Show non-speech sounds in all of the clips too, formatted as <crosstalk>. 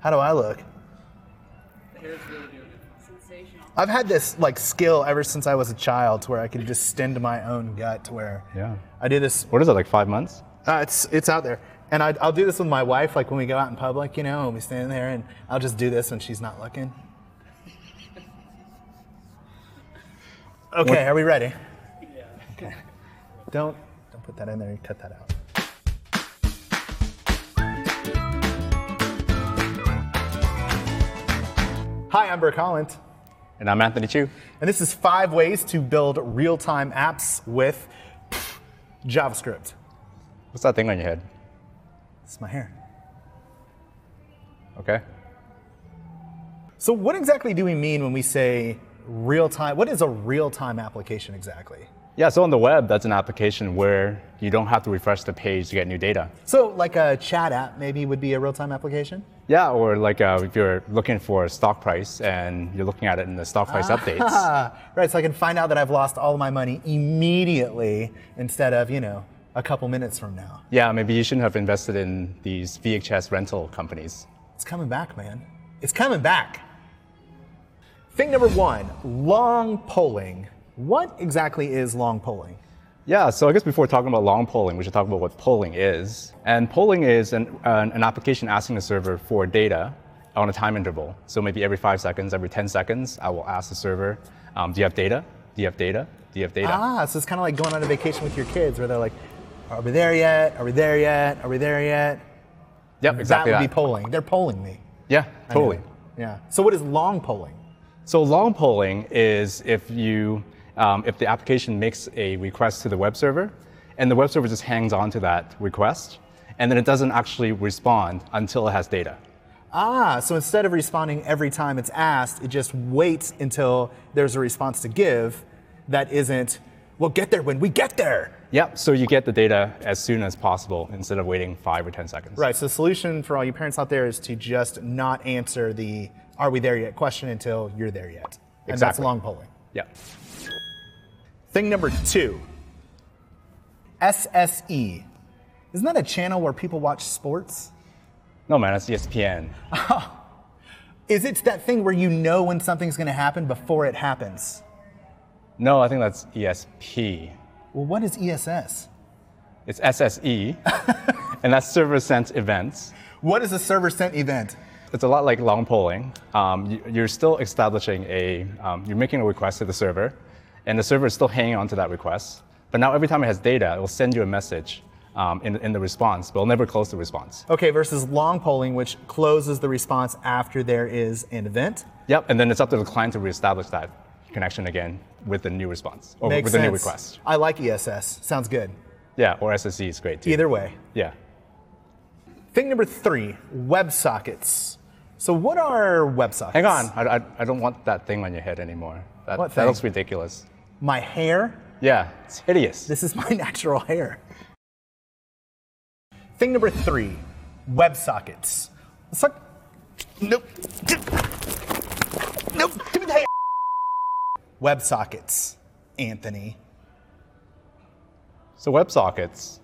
How do I look? Sensational. I've had this like skill ever since I was a child, to where I can distend my own gut, to where Yeah. I do this What is it, like five months? Uh, it's it's out there, and I, I'll do this with my wife. Like when we go out in public, you know, and we stand there, and I'll just do this when she's not looking. Okay, are we ready? Yeah. Okay. Don't don't put that in there. You cut that out. Hi, I'm Burke Holland. And I'm Anthony Chu. And this is five ways to build real time apps with JavaScript. What's that thing on your head? It's my hair. Okay. So, what exactly do we mean when we say real time? What is a real time application exactly? Yeah, so on the web, that's an application where you don't have to refresh the page to get new data. So, like a chat app maybe would be a real time application? Yeah, or like uh, if you're looking for a stock price and you're looking at it in the stock price <laughs> updates. Ah, right, so I can find out that I've lost all my money immediately instead of, you know, a couple minutes from now. Yeah, maybe you shouldn't have invested in these VHS rental companies. It's coming back, man. It's coming back. Thing number one long polling. What exactly is long polling? Yeah, so I guess before talking about long polling, we should talk about what polling is. And polling is an, an, an application asking the server for data on a time interval. So maybe every five seconds, every 10 seconds, I will ask the server, um, do you have data? Do you have data? Do you have data? Ah, so it's kind of like going on a vacation with your kids where they're like, are we there yet? Are we there yet? Are we there yet? yep, exactly that that. would be polling. They're polling me. yeah, I totally. know. Yeah. So what is long polling? So long polling is if you um, if the application makes a request to the web server, and the web server just hangs on to that request, and then it doesn't actually respond until it has data. Ah, so instead of responding every time it's asked, it just waits until there's a response to give that isn't, we'll get there when we get there. Yep. So you get the data as soon as possible instead of waiting five or ten seconds. Right. So the solution for all you parents out there is to just not answer the are we there yet question until you're there yet. And that's Exactly. long polling. Yep. Thing number two SSE. Isn't that a channel where people watch sports? No man, that's E ESPN. Is it that thing where you know when something's going to happen before it happens? No, I think that's E ESP. Well, what is E ESS? <laughs> It's SSE, and that's server sent events. What is a server sent event? It's a lot like long polling. Um, you, you're still establishing a, um, you're making a request to the server, and the server is still hanging on to that request. But now every time it has data, it will send you a message um, in, in the response, but it'll never close the response. Okay, versus long polling, which closes the response after there is an event. Yep, and then it's up to the client to reestablish that connection again with the new response or Makes with sense. the new request. I like ESS. Sounds good. Yeah, or SSE is great too. Either way. Yeah. Thing number three WebSockets. So, what are WebSockets? Hang on, I, I, I don't want that thing on your head anymore. That, What that thing? looks ridiculous. My hair. Yeah, it's hideous. This is my <laughs> natural hair. Thing number three WebSockets. It's like, nope. Nope. Give me the hair. WebSockets, Anthony. So WebSockets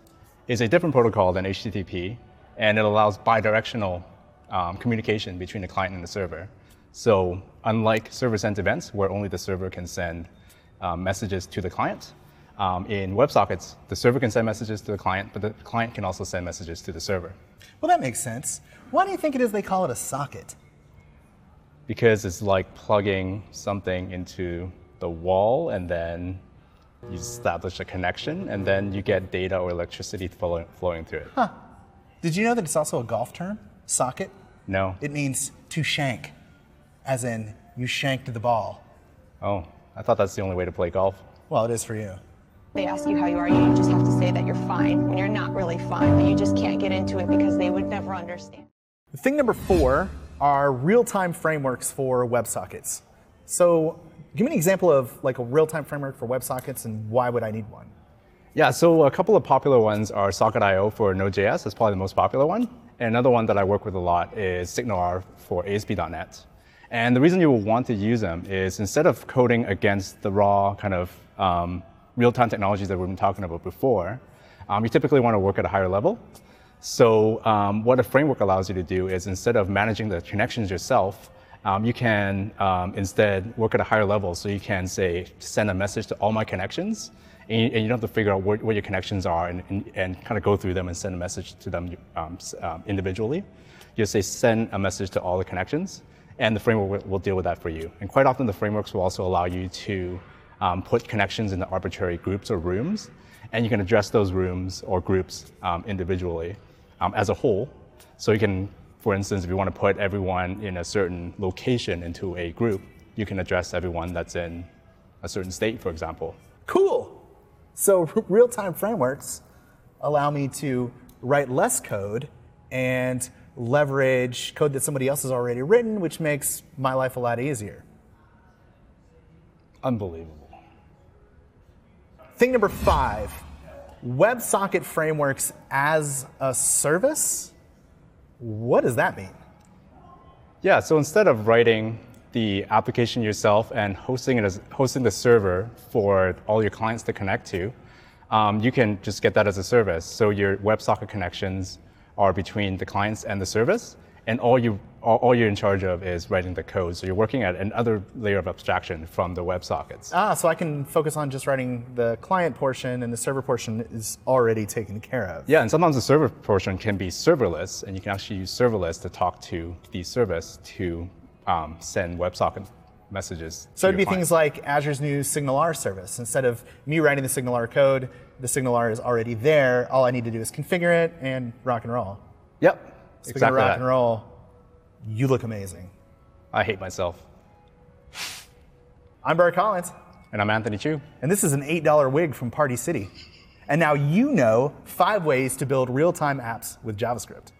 is a different protocol than HTTP, and it allows bidirectional um, communication between the client and the server. So unlike server-sent events, where only the server can send um, messages to the client, um, in WebSockets, the server can send messages to the client, but the client can also send messages to the server Well, that makes sense. Why do you think it is they call it a socket? because it's like plugging something into the wall, and then you establish a connection, and then you get data or electricity flowing, flowing through it. Did you know that it's also a golf term? Socket? No. It means to shank, as in you shanked the ball. Oh, I thought that's the only way to play golf. Well, it is for you. They ask you how you are, you just have to say that you're fine when you're not really fine, but you just can't get into it because they would never understand. Thing number four are real-time frameworks for WebSockets. So, give me an example of like a real-time framework for WebSockets, and why would I need one? Yeah, so a couple of popular ones are Socket.io for Node.js, that's probably the most popular one. And another one that I work with a lot is SignalR for ASP.NET. And the reason you will want to use them is instead of coding against the raw kind of um, real time technologies that we've been talking about before, um, you typically want to work at a higher level. So um, what a framework allows you to do is instead of managing the connections yourself, um, you can um, instead work at a higher level. So you can say, send a message to all my connections, and you, and you don't have to figure out where, where your connections are and, and, and kind of go through them and send a message to them um, s- um, individually. You just say, send a message to all the connections, and the framework will, will deal with that for you. And quite often, the frameworks will also allow you to um, put connections into arbitrary groups or rooms, and you can address those rooms or groups um, individually um, as a whole. So you can, for instance, if you want to put everyone in a certain location into a group, you can address everyone that's in a certain state, for example. Cool. So <laughs> real time frameworks allow me to write less code and leverage code that somebody else has already written, which makes my life a lot easier. Unbelievable. Thing number five WebSocket frameworks as a service. What does that mean? Yeah, so instead of writing the application yourself and hosting it as hosting the server for all your clients to connect to, um, you can just get that as a service. So your WebSocket connections are between the clients and the service, and all you all, all you're in charge of is writing the code. So you're working at another layer of abstraction from the WebSockets. Ah, so I can focus on just writing the client portion and the server portion is already taken care of. Yeah, and sometimes the server portion can be serverless, and you can actually use serverless to talk to the service to um, send WebSocket messages. So it'd be things like Azure's new SignalR service. Instead of me writing the SignalR code, the SignalR is already there. All I need to do is configure it and rock and roll. Yep. Speaking of rock that. and roll, you look amazing. I hate myself. I'm Bart Collins, And I'm Anthony Chu. and this is an $8 wig from Party City. And now you know five ways to build real time apps with JavaScript.